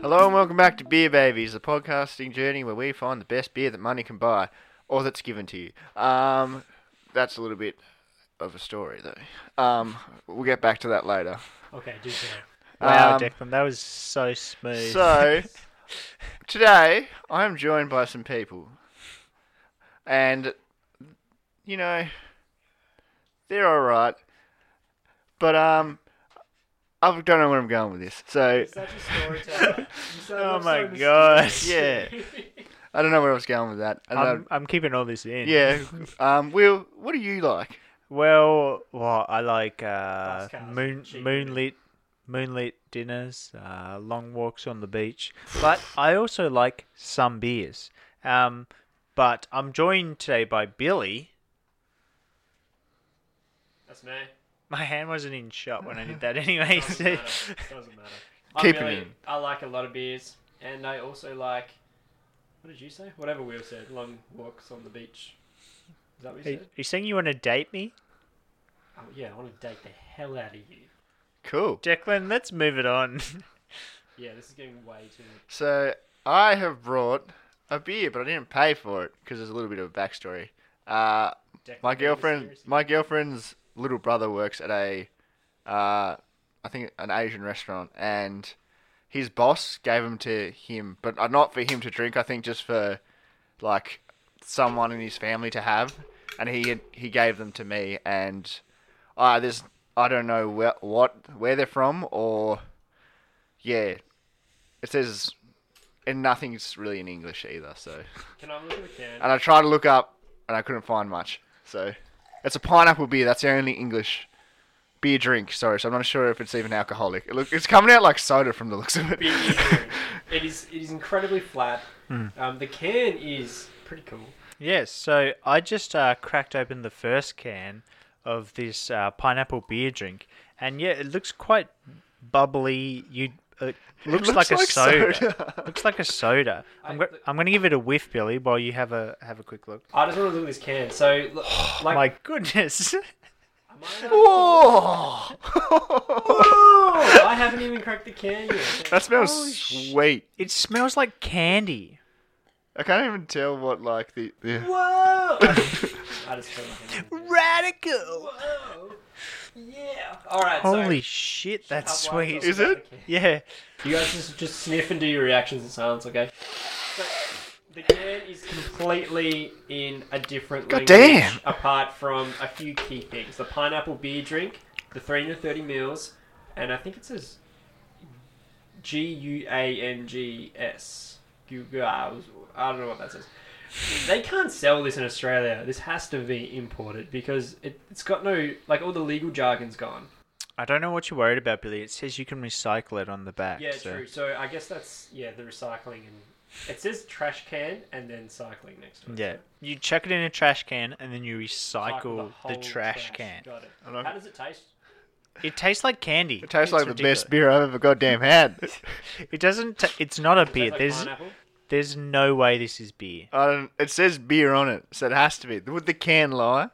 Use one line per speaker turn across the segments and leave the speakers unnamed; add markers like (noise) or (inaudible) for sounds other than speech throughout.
Hello and welcome back to Beer Babies, the podcasting journey where we find the best beer that money can buy, or that's given to you. Um, that's a little bit of a story, though. Um, we'll get back to that later.
Okay, do that. Wow,
Um,
Declan, that was so smooth.
So, today I am joined by some people, and you know they're all right, but um, I don't know where I'm going with this. So,
oh my gosh.
yeah, I don't know where I was going with that. I don't
I'm,
know.
I'm keeping all this in.
Yeah. Um, Will, what do you like?
Well, what I like uh,
Fast cars,
moon
cheap
moonlit moonlit dinners, uh, long walks on the beach, but I also like some beers. Um, but I'm joined today by Billy.
(laughs) That's me.
My hand wasn't in shot when I
(laughs)
did that, anyway.
Doesn't
So,
matter. Doesn't matter. I
Keep it
really-
in.
I like a lot of beers, and I also like. What did you say? Whatever Will said. Long walks on the beach. Is that what you
(laughs) are
said?
you saying you want to date me,
Oh, yeah, I want to date the hell out of you.
Cool.
Declan? Let's move it on. (laughs)
Yeah, this is getting way too.
So I have brought a beer, but I didn't pay for it because there's a little bit of a backstory. Uh, my
Declan,
girlfriend,
seriously?
my girlfriend's little brother works at a, uh, I think an Asian restaurant, and his boss gave them to him, but uh, not for him to drink. I think just for like someone in his family to have, and he he gave them to me, and uh, there's I don't know where, what where they're from or yeah, it says and nothing's really in English either. So
Can I look at the can?
and I tried to look up and I couldn't find much. So it's a pineapple beer. That's the only English beer drink. Sorry, so I'm not sure if it's even alcoholic. It look, it's coming out like soda from the looks of it.
Beer is good. it is. It is incredibly flat.
Hmm.
Um, the can is pretty cool.
Yes, so I just uh, cracked open the first can of this uh, pineapple beer drink, and yeah, it looks quite bubbly. You
(laughs)
uh, it looks,
looks
like, a
like
soda.
soda.
looks like a soda. I'm go- I'm going to give it a whiff, Billy, while you have a have a quick look.
I just want to look at this can. So, l- like,
(sighs) My goodness, (laughs)
am
(laughs)
I-
Whoa!
Oh, I haven't even cracked the can yet.
(laughs) that smells
Holy sh-
sweet.
it smells like candy.
I can't even tell what like the. the...
Whoa! I just fell in love with it.
(laughs) Radical.
Whoa! (laughs) Yeah. All right.
Holy
so,
shit, that's
I've liked
sweet.
all
Is
about
it?
the can.
Yeah,
You guys just just sniff and do your reactions in silence, okay? So, the can is completely in a different
God
language.
damn.
Apart from a few key things, the pineapple beer drink, the 330 mils, and I think it says G U A N G S. Gugas. I don't know what that says. They can't sell this in Australia. This has to be imported because it, it's got no like all the legal jargon's gone.
I don't know what you're worried about, Billy. It says you can recycle it on the back.
Yeah,
so-
true. So I guess that's yeah the recycling and it says trash can and then cycling next to it.
Yeah, you chuck it in a trash can and then you
Cycle
recycle the,
whole
trash, can.
Got it.
know.
How does it taste?
It tastes like candy.
It tastes
It's
like the best
ridiculous.
beer I've ever goddamn
(laughs)
had. (laughs)
It doesn't. ta it's not a beer.
Tastes like
there's
pineapple?
there's no way this is beer.
I don't. It says beer on it, so it has to be. Would the can lie?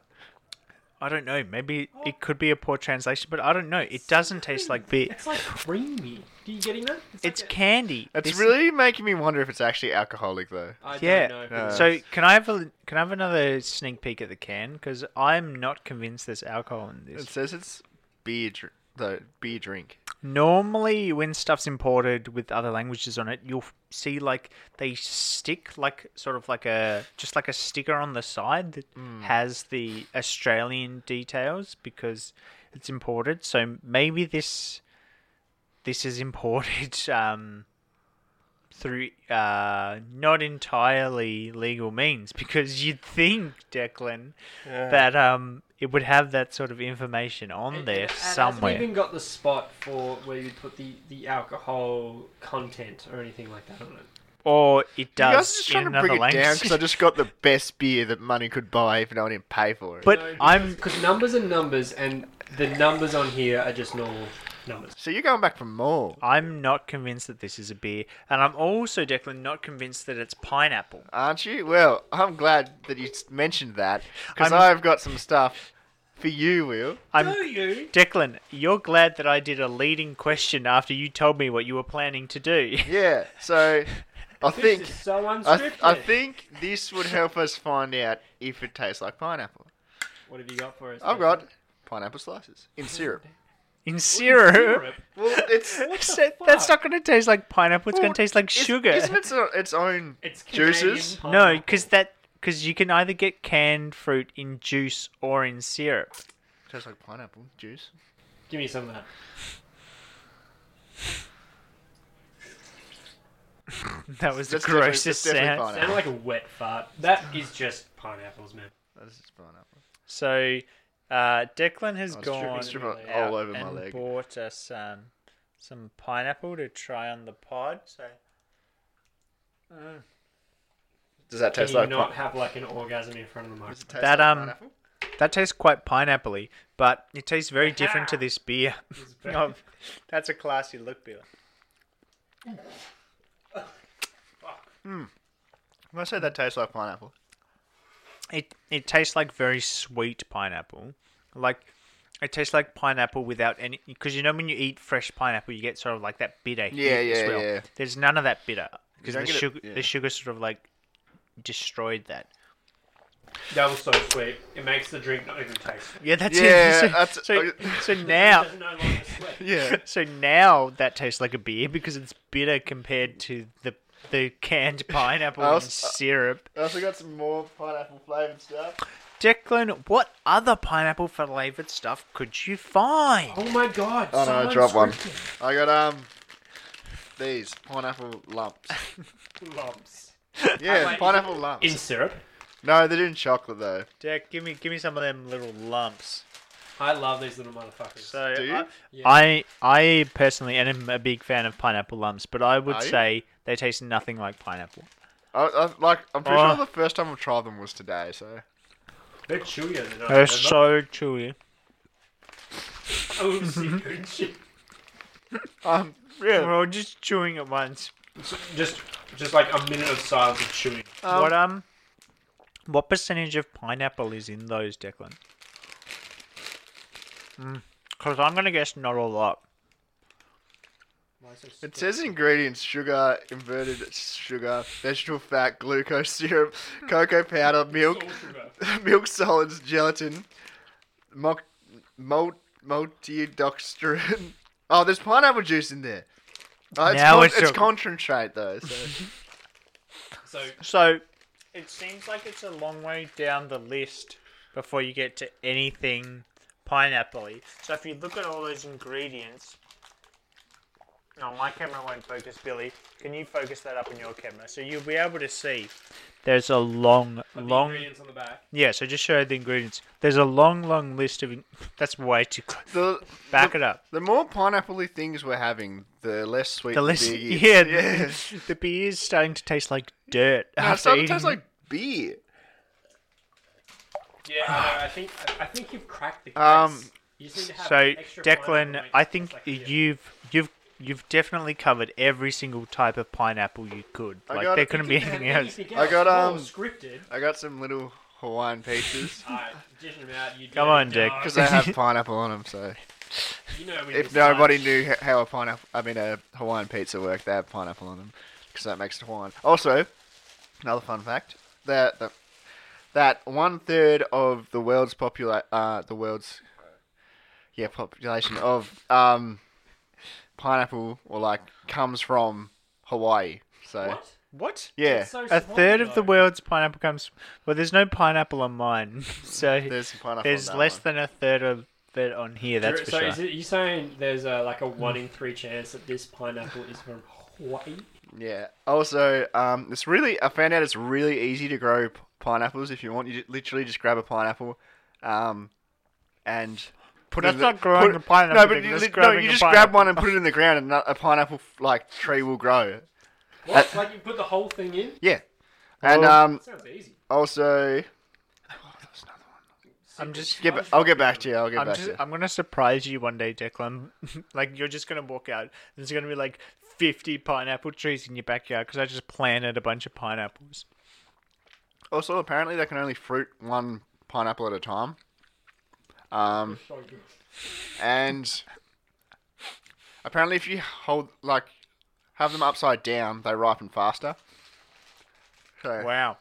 I don't know. Maybe
Oh.
it could be a poor translation, but I don't know. It doesn't taste like beer.
It's like creamy. Are you getting that?
It's
like a-
candy.
It's
This- Oh,
really making me wonder if it's actually alcoholic though.
I don't
Yeah. Uh,
know.
No.
So can I have a can I have another sneak peek at the can? Because I'm not convinced there's alcohol in
It
this.
says it's beer dr- the beer drink.
Normally, when stuff's imported with other languages on it, you'll f- see like they stick like sort of like a just like a sticker on the side that has the Australian details because it's imported. So maybe this this is imported (laughs) um, through uh, not entirely legal means because you'd think Declan that um it would have that sort of information on
And-
there
and it
somewhere.
Hasn't even got the spot for where you put the, the alcohol content or anything like that on it.
Or Oh, it
You guys are
does
just
in
trying to
another
bring it down
language.
because I just got the best beer that money could buy, even though I didn't pay for it.
(laughs) but I'm
Because numbers are numbers, and the numbers on here are just normal numbers.
so you're going back for more.
I'm not convinced that this is a beer, and I'm also Declan not convinced that it's pineapple.
Aren't you? Well, I'm glad that you s- mentioned that because
I'm-
I've got some stuff for you, Will.
I'm
Do you?
Declan, you're glad that I did a leading question after you told me what you were planning to do. (laughs)
Yeah. So I
This
think
is so
I,
unscripted.
th- I think this would help us find out if it tastes like pineapple.
What have you got for us?
I've
Declan?
got pineapple slices in syrup.
In syrup, (laughs)
Syrup.
Well, it's
So that's
fuck?
not going to taste like pineapple. It's
Well,
going to taste like
is-
sugar.
Isn't it so- its own
It's Canadian
juices?
(laughs) No,
pineapple.
because that because you can either get canned fruit in juice or in syrup. (laughs)
Tastes like pineapple juice.
Give me some of that.
That was
That's
the
definitely-
grossest
that's definitely
sound.
pineapple.
Sounded like a wet fart. That is just pineapples, man.
That's just pineapple.
So, uh, Declan has
Oh, it's dripping-
gone
it's dripping
out
all over my
and
leg.
bought us um, some pineapple to try on the pod. So,
Does that
Can
taste
you
like
not
pi-
have like an orgasm in front of the microphone?
taste
That,
like
um,
pineapple?
that tastes quite pineappley, but it tastes very different (laughs) to this beer. Oh, (laughs) that's a classy look beer.
When I say that tastes like pineapple,
It it tastes like very sweet pineapple, like it tastes like pineapple without any. Because you know when you eat fresh pineapple, you get sort of like that bitter.
Yeah,
hit as
yeah,
well.
yeah.
There's none of that bitter because
don't
the
get it-
sugar
yeah.
the sugar sort of like destroyed that.
That was so sweet. It makes the drink not even taste.
Yeah, that's
Yeah,
it. So,
that's-
so, so
It
now,
doesn't no longer sweat.
(laughs) yeah,
so now that tastes like a beer because it's bitter compared to the the
(laughs)
canned pineapple
I
and
was-
syrup.
I also got some more pineapple flavored stuff.
Declan, what other pineapple flavored stuff could you find?
Oh my god!
Oh
so
no, I dropped one.
unscripted.
I got um these pineapple (laughs) lumps.
Lumps.
Yeah,
wait,
pineapple lumps.
In syrup.
No, they're in chocolate though.
Deck, give me give me some of them little lumps.
I love these little motherfuckers.
So
Do you?
I,
Yeah.
I I personally am a big fan of pineapple lumps, but I would
Are you?
say they taste nothing like pineapple.
I, I, like, I'm pretty
Oh.
sure the first time I tried them was today. So
they're chewier than I
They're
remember.
so chewy.
Oh, seafood
(laughs)
shit.
um, yeah.
We're just chewing at once.
Just, just like a minute of silence of chewing.
what um, what percentage of pineapple is in those, Declan?
Mm.
Because I'm gonna guess not a lot.
It says ingredients: sugar, inverted sugar, vegetable fat, glucose syrup, cocoa powder, milk, (laughs) milk solids, gelatin, mock, malt, maltodextrin. (laughs) Oh, there's pineapple juice in there. Oh, it's,
Now
con-
it's
it's,
a-
concentrate though.
(laughs)
So.
So
So it seems like it's a long way down the list before you get to anything pineapple-y. So if you look at all those ingredients. No, my camera won't focus, Billy. Can you focus that up in your camera? So you'll be able to see. There's a long,
long
long
ingredients on the back.
Yeah, so just show the ingredients. There's a long, long list of. In- (laughs) That's way too close.
The,
Back
the,
it up.
The more pineapple things we're having, the less sweet
The list.
beer is.
(laughs) Yeah,
(laughs) yeah.
The, the beer is starting to taste like dirt.
No,
after
it started to taste
eating.
like beer.
Yeah, I, know, I think I, I think you've cracked the case.
Um,
you just need to have
So
extra pineapple
Declan,
to make
I
it
think
taste like beer.
you've you've you've definitely covered every single type of pineapple you could.
I
Like
got
there
it.
(laughs)
couldn't be anything else.
Anything
I got,
else more
um,
scripted.
I got some little Hawaiian
(laughs)
pizzas
Alright, dish them out. You
Come on,
dirty
Jake.
dog.
because they have pineapple on them. So
You know when
if
you start-
nobody knew h- how a pineapple, I mean a Hawaiian pizza worked, they have pineapple on them because that makes it Hawaiian. Also, another fun fact that that, that one third of the world's popula- uh, the world's yeah population of um, pineapple or like comes from Hawaii. So
What?
What?
yeah,
That's so
A
small,
third of the
though.
world's pineapple comes. Well, there's no pineapple on mine, (laughs) so
there's some pineapple.
there's
on that
less
one.
than a third of it on here. That's for
so
sure.
is it, you saying there's a, like a one in three chance that this pineapple is from Hawaii?
Yeah. Also, um, it's really I found out it's really easy to grow p- pineapples if you want. You ju- literally just grab a pineapple, um, and put
That's
it. in the-
not growing
put-
a pineapple,
No, but
Dick,
you,
that's
li- no,
grabbing
you
a
just grab one and
pineapple.
put it in the ground, and a a pineapple f- like tree will grow.
What? like you put the whole thing in?
Yeah. And
Well-
um,
Sounds easy.
also,
I'm just.
get ba- I'll get back to you. I'll get
I'm
back
just.
to you.
I'm gonna surprise you one day, Declan. (laughs) like you're just gonna walk out. There's gonna be like 50 pineapple trees in your backyard because I just planted a bunch of pineapples.
Also, apparently they can only fruit one pineapple at a time,
So good.
and apparently if you hold like have them upside down, they ripen faster. So,
Wow.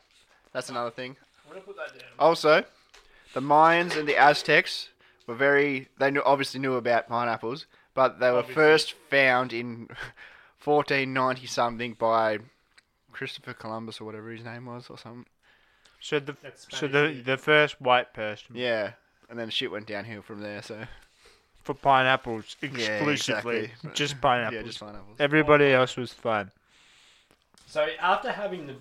That's another thing.
I'm gonna put that down.
Also, the Mayans and the Aztecs were very. They knew, obviously knew about pineapples, but they were first found in (laughs) 1490 something by Christopher Columbus or whatever his name was or something.
So the
That's
so
Spanish,
the the first white person
Yeah, and then shit went downhill from there. So
for pineapples exclusively,
exactly.
just pineapples.
yeah, just pineapples.
Everybody else was fine.
So after having the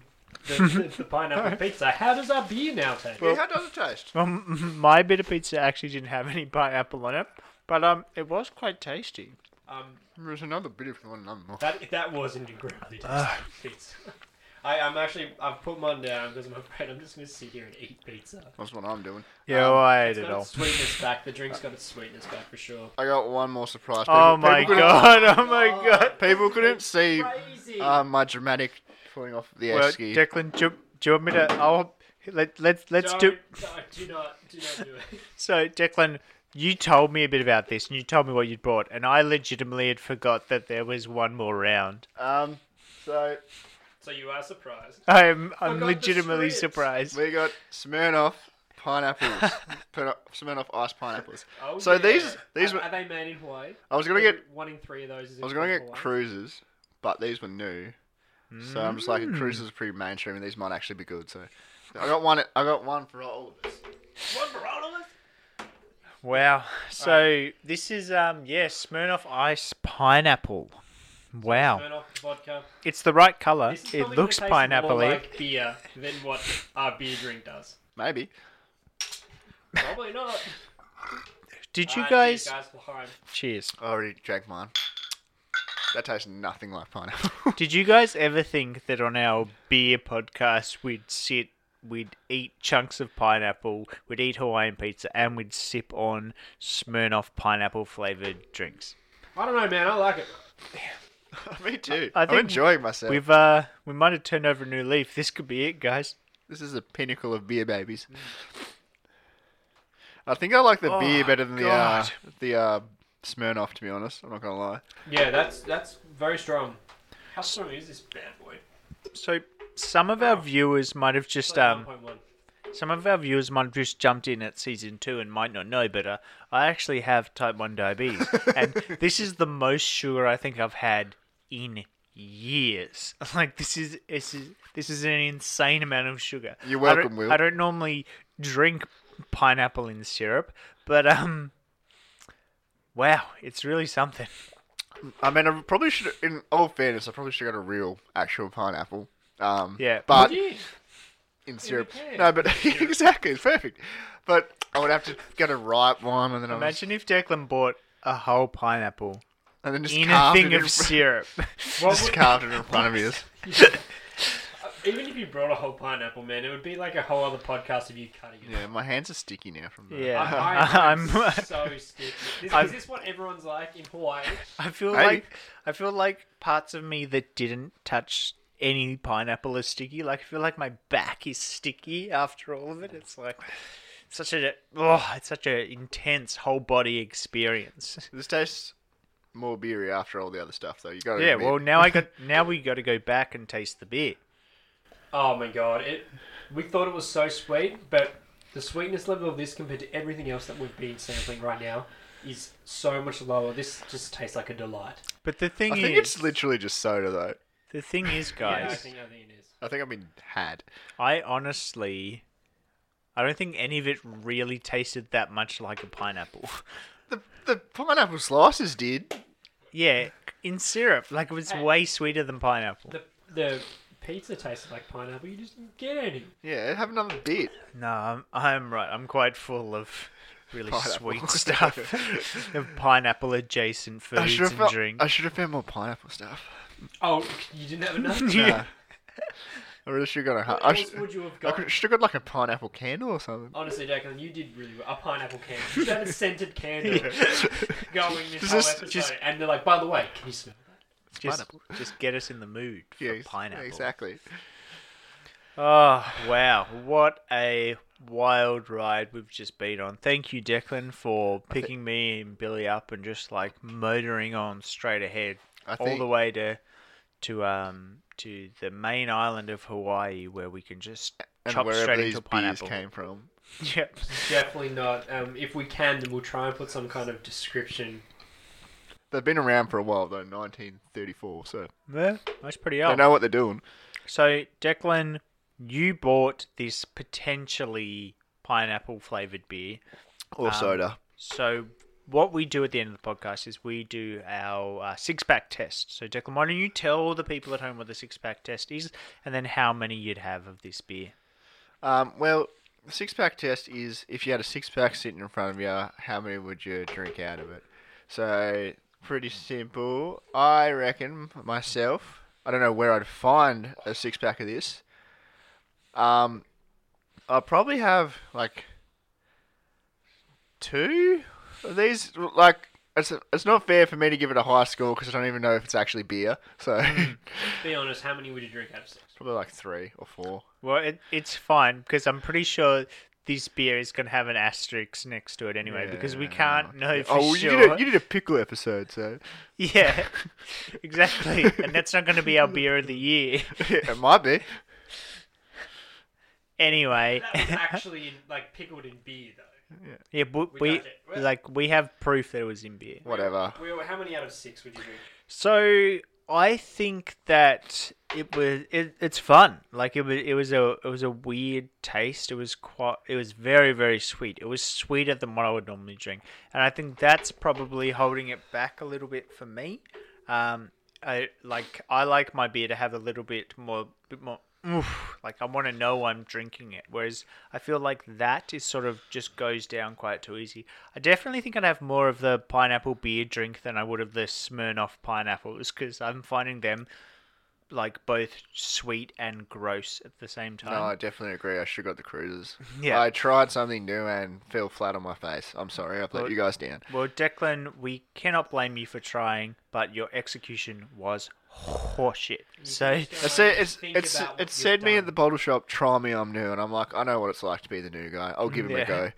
the, the, the pineapple
(laughs)
pizza, how does our beer now taste?
Yeah, how does it taste?
Well, m- my bit of pizza actually didn't have any pineapple on it, but um, it was quite tasty.
um,
There's another bit if you want another more.
that that was an incredibly tasty
Ah.
pizza. I, I'm actually I've put mine down because I'm afraid I'm just gonna sit here and eat pizza.
That's what I'm doing.
Yeah, well, I ate
It's
it
got
all.
its sweetness back. The drink's got its sweetness back for sure.
I got one more surprise. People,
Oh my
people couldn't-
god! (laughs) Oh my god!
People couldn't see
Crazy.
uh, my dramatic falling off the
Well,
well, ski.
Declan, do, you- do you want me to? I'll let let let's
Don't-
do.
don't- do not do not do it.
So Declan, you told me a bit about this, and you told me what you'd bought, and I legitimately had forgot that there was one more round.
um, so
So you
(laughs)
are surprised.
I'm I'm
Forgot the
legitimately
strips.
surprised.
We got Smirnoff
(laughs)
pineapples, Pin- Smirnoff ice pineapples.
Oh,
so
yeah.
these these
are,
were,
are they made in Hawaii?
I was gonna get
one in three of those. Is
I was gonna get cruisers, but these were new. So I'm just like
Mm.
cruisers are pretty mainstream, and these might actually be good. So I got one. I got one for all of us.
One for all of us?
Wow. So this is um yeah, Smirnoff Ice pineapple. Wow.
Turn off the vodka.
It's the right color.
This is
It
probably gonna
looks
taste
pineapple
More like beer than what our beer drink does.
Maybe. (laughs)
Probably not.
Did you
Alright,
guys
guys for home.
Cheers.
I already drank mine. That tastes nothing like pineapple. (laughs)
Did you guys ever think that on our beer podcast we'd sit we'd eat chunks of pineapple, we'd eat Hawaiian pizza and we'd sip on Smirnoff pineapple flavored drinks?
I don't know, man. I like it.
Me too.
I
I am
think
enjoying myself.
We've uh we might have turned over a new leaf. This could be it, guys.
This is the pinnacle of beer babies.
Mm.
I think I like the beer better than the uh,
Oh, God.
the uh, Smirnoff. To be honest, I'm not gonna lie.
Yeah, that's that's very strong. How strong is this bad boy?
So some of our viewers might have
It's
just
like
um
1.1.
Some of our viewers might have just jumped in at season two and might not know, but uh, I actually have type
(laughs)
1 diabetes. and this is the most sugar I think I've had in years. (laughs) Like, this is this is, this is an insane amount of sugar.
You're
I don't-
welcome, Will.
I don't normally drink pineapple in syrup, but, um, wow, it's really something.
I mean, I probably should. In all fairness, I probably should have got a real, actual pineapple. Um,
Yeah.
but
Yeah.
in syrup,
can.
no, but (laughs) exactly, it's perfect. But I would have to get a ripe one, and then I was,
Imagine if Declan bought a whole pineapple
and then just
in a
carved
thing
it in
of
fr- (laughs)
syrup.
just carved
(laughs)
it in front of you.
uh, Even if you brought a whole pineapple, man, it would be like a whole other podcast of you cutting it.
Yeah, my hands are sticky now from that.
(laughs) yeah.
I, am
I'm- (laughs)
so sticky. This,
I'm-
is this what everyone's like in Hawaii?
(laughs) I feel
Maybe.
like I feel like parts of me that didn't touch any pineapple is sticky. Like I feel like my back is sticky after all of it. It's like such a oh, it's such an intense whole body experience.
This tastes more beery after all the other stuff, though. You got to
Yeah, well now I got now we got to go back and taste the beer.
Oh my god! It. We thought it was so sweet, but the sweetness level of this compared to everything else that we've been sampling right now is so much lower. This just tastes like a delight.
But the thing
I think
is,
it's literally just soda, though.
the thing is,
Yeah, I
guys,
think, I think it is.
I think I've been had.
I honestly, I don't think any of it really tasted that much like a pineapple. (laughs)
The the pineapple slices did.
yeah, in syrup, like it was way sweeter than pineapple.
The the pizza tasted like pineapple. You just didn't get any.
Yeah, have another bit.
No, I'm, I'm right. I'm quite full of really
Pineapple. (laughs)
sweet stuff of pineapple adjacent
I
foods
should
and
have found,
drink.
I should have found more pineapple
(laughs)
stuff.
Oh, you didn't have enough.
Nah. I really should have got a.
What
I
else
should,
would you have
I
got?
could- should have got like a pineapple candle or something.
Oh,
Honestly, Declan, you did really well. A pineapple candle. You had a scented candle going this
Just-
whole episode,
just-
and they're like, by the way, can you smell? that?"
just,
pineapple.
just get us in the mood for
Yeah, ex-
pineapple.
Exactly.
Oh, wow. What a wild ride we've just been on. Thank you, Declan, for picking me and Billy up and just like motoring on straight ahead
I
all
think-
the way to to um to the main island of Hawaii where we can just
And
chop
wherever
straight
these
into
beers
pineapple.
came from.
Yep.
Definitely not. Um, if we can, then we'll try and put some kind of description.
They've been around for a while though, 1934. So
Well, that's pretty
they
up.
know what they're doing.
So, Declan, you bought this potentially pineapple flavored beer. Um,
Or soda.
So what we do at the end of the podcast is we do our uh, six pack test. So Declan, why don't you tell the people at home what the six pack test is, and then how many you'd have of this beer?
Um, well, the six pack test is if you had a six pack sitting in front of you, how many would you drink out of it? So, pretty simple. I reckon myself, I don't know where I'd find a six pack of this. Um, I'll probably have like two of these. Like, it's, it's not fair for me to give it a high score because I don't even know if it's actually beer. So,
Be honest, how many would you drink out of six?
(laughs) probably like three or four.
Well, it, it's fine because I'm pretty sure this beer is going to have an asterisk next to it anyway because we can't know for
oh, well,
sure.
you, did a, you did a pickle episode, so.
(laughs) Yeah, (laughs) exactly, and that's not going to be our beer of the year (laughs)
Yeah, (laughs) it might be.
anyway.
That was actually in, like pickled in beer, though.
yeah, but we
got it. Well-
like we have proof that it was in beer.
Whatever.
We were, how many out of six would you drink?
So I think that it was it, it's fun. Like it was it was a it was a weird taste. It was quite it was very very sweet. It was sweeter than what I would normally drink, and I think that's probably holding it back a little bit for me. Um, I like I like my beer to have a little bit more bit more. oomph. like I want to know I'm drinking it, whereas I feel like that is sort of just goes down quite too easy. I definitely think I'd have more of the pineapple beer drink than I would of the Smirnoff pineapples because I'm finding them like both sweet and gross at the same
No, I
time.
definitely agree. I should got the cruisers.
Yeah.
I tried something new and fell flat on my face. I'm sorry. I've let you guys down.
well, Declan, we cannot blame you for trying, but your execution was horseshit. So
It said, it's,
Think
it's,
about what
it
you've
said me
done.
at the bottle shop, try me, I'm new. And I'm like, I know what it's like to be the new guy. I'll give him
Yeah.
a go.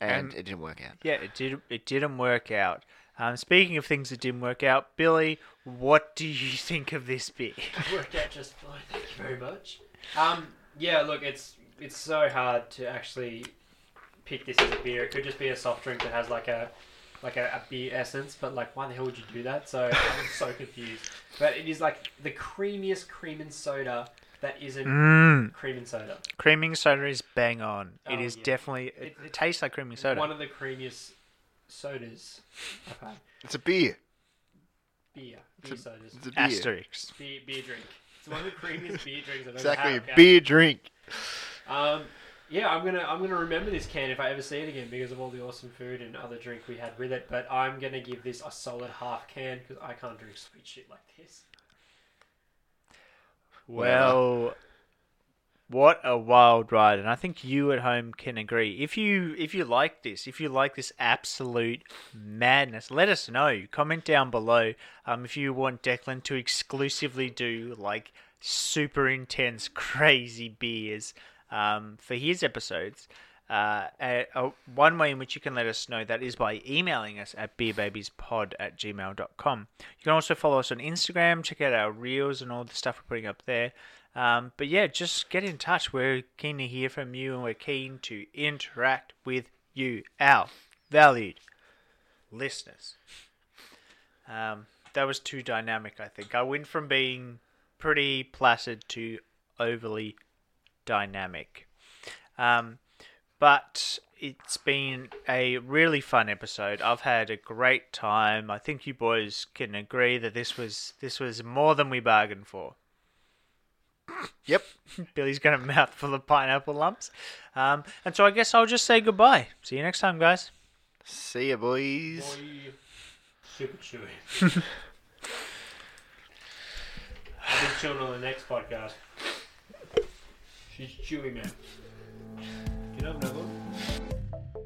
And
And-
it didn't work out.
yeah, it did. It didn't work out. Um, speaking of things that didn't work out, Billy, what do you (laughs) think of this beer?
worked out just fine. (laughs) Thank you very much. Um, yeah, look, it's it's so hard to actually pick this as a beer. It could just be a soft drink that has like a like a, a beer essence, but like why the hell would you do that? So I'm
(laughs)
so confused. But it is like the creamiest cream and soda that isn't
Mm.
cream and soda.
Creaming soda is bang on.
Oh,
it is
yeah.
definitely. It,
It-
it tastes like creaming soda.
One of the creamiest sodas I've had.
It's a beer.
Beer. Beer sodas.
It's a beer.
Asterisks.
Beer, beer drink. It's one of the creamiest beer drinks I've ever
Exactly.
had.
a
okay?
Beer drink.
Um, yeah, I'm gonna I'm gonna remember this can if I ever see it again because of all the awesome food and other drink we had with it. But I'm gonna give this a solid half can because I can't drink sweet shit like this.
Well, What a wild ride, and I think you at home can agree. If you if you like this, if you like this absolute madness, let us know. Comment down below um, if you want Declan to exclusively do like super intense, (laughs) crazy beers um, for his episodes. Uh, a, a- one way in which you can let us know that is by emailing us at beerbabiespod at gmail.com. You can also follow us on Instagram, check out our reels and all the stuff we're putting up there. Um, but yeah, just get in touch. We're keen to hear from you and we're keen to interact with you, our valued listeners. Um, that was too dynamic, I think. I went from being pretty placid to overly dynamic. Um, but it's been a really fun episode. I've had a great time. I think you boys can agree that this was this was more than we bargained for. (laughs)
Yep.
Billy's got a mouthful of pineapple lumps. Um, and so I guess I'll just say goodbye. See you next time, guys.
See ya, boys.
Boy, super chewy. I've been chewing on the next podcast. She's chewy, man. Can I have another one?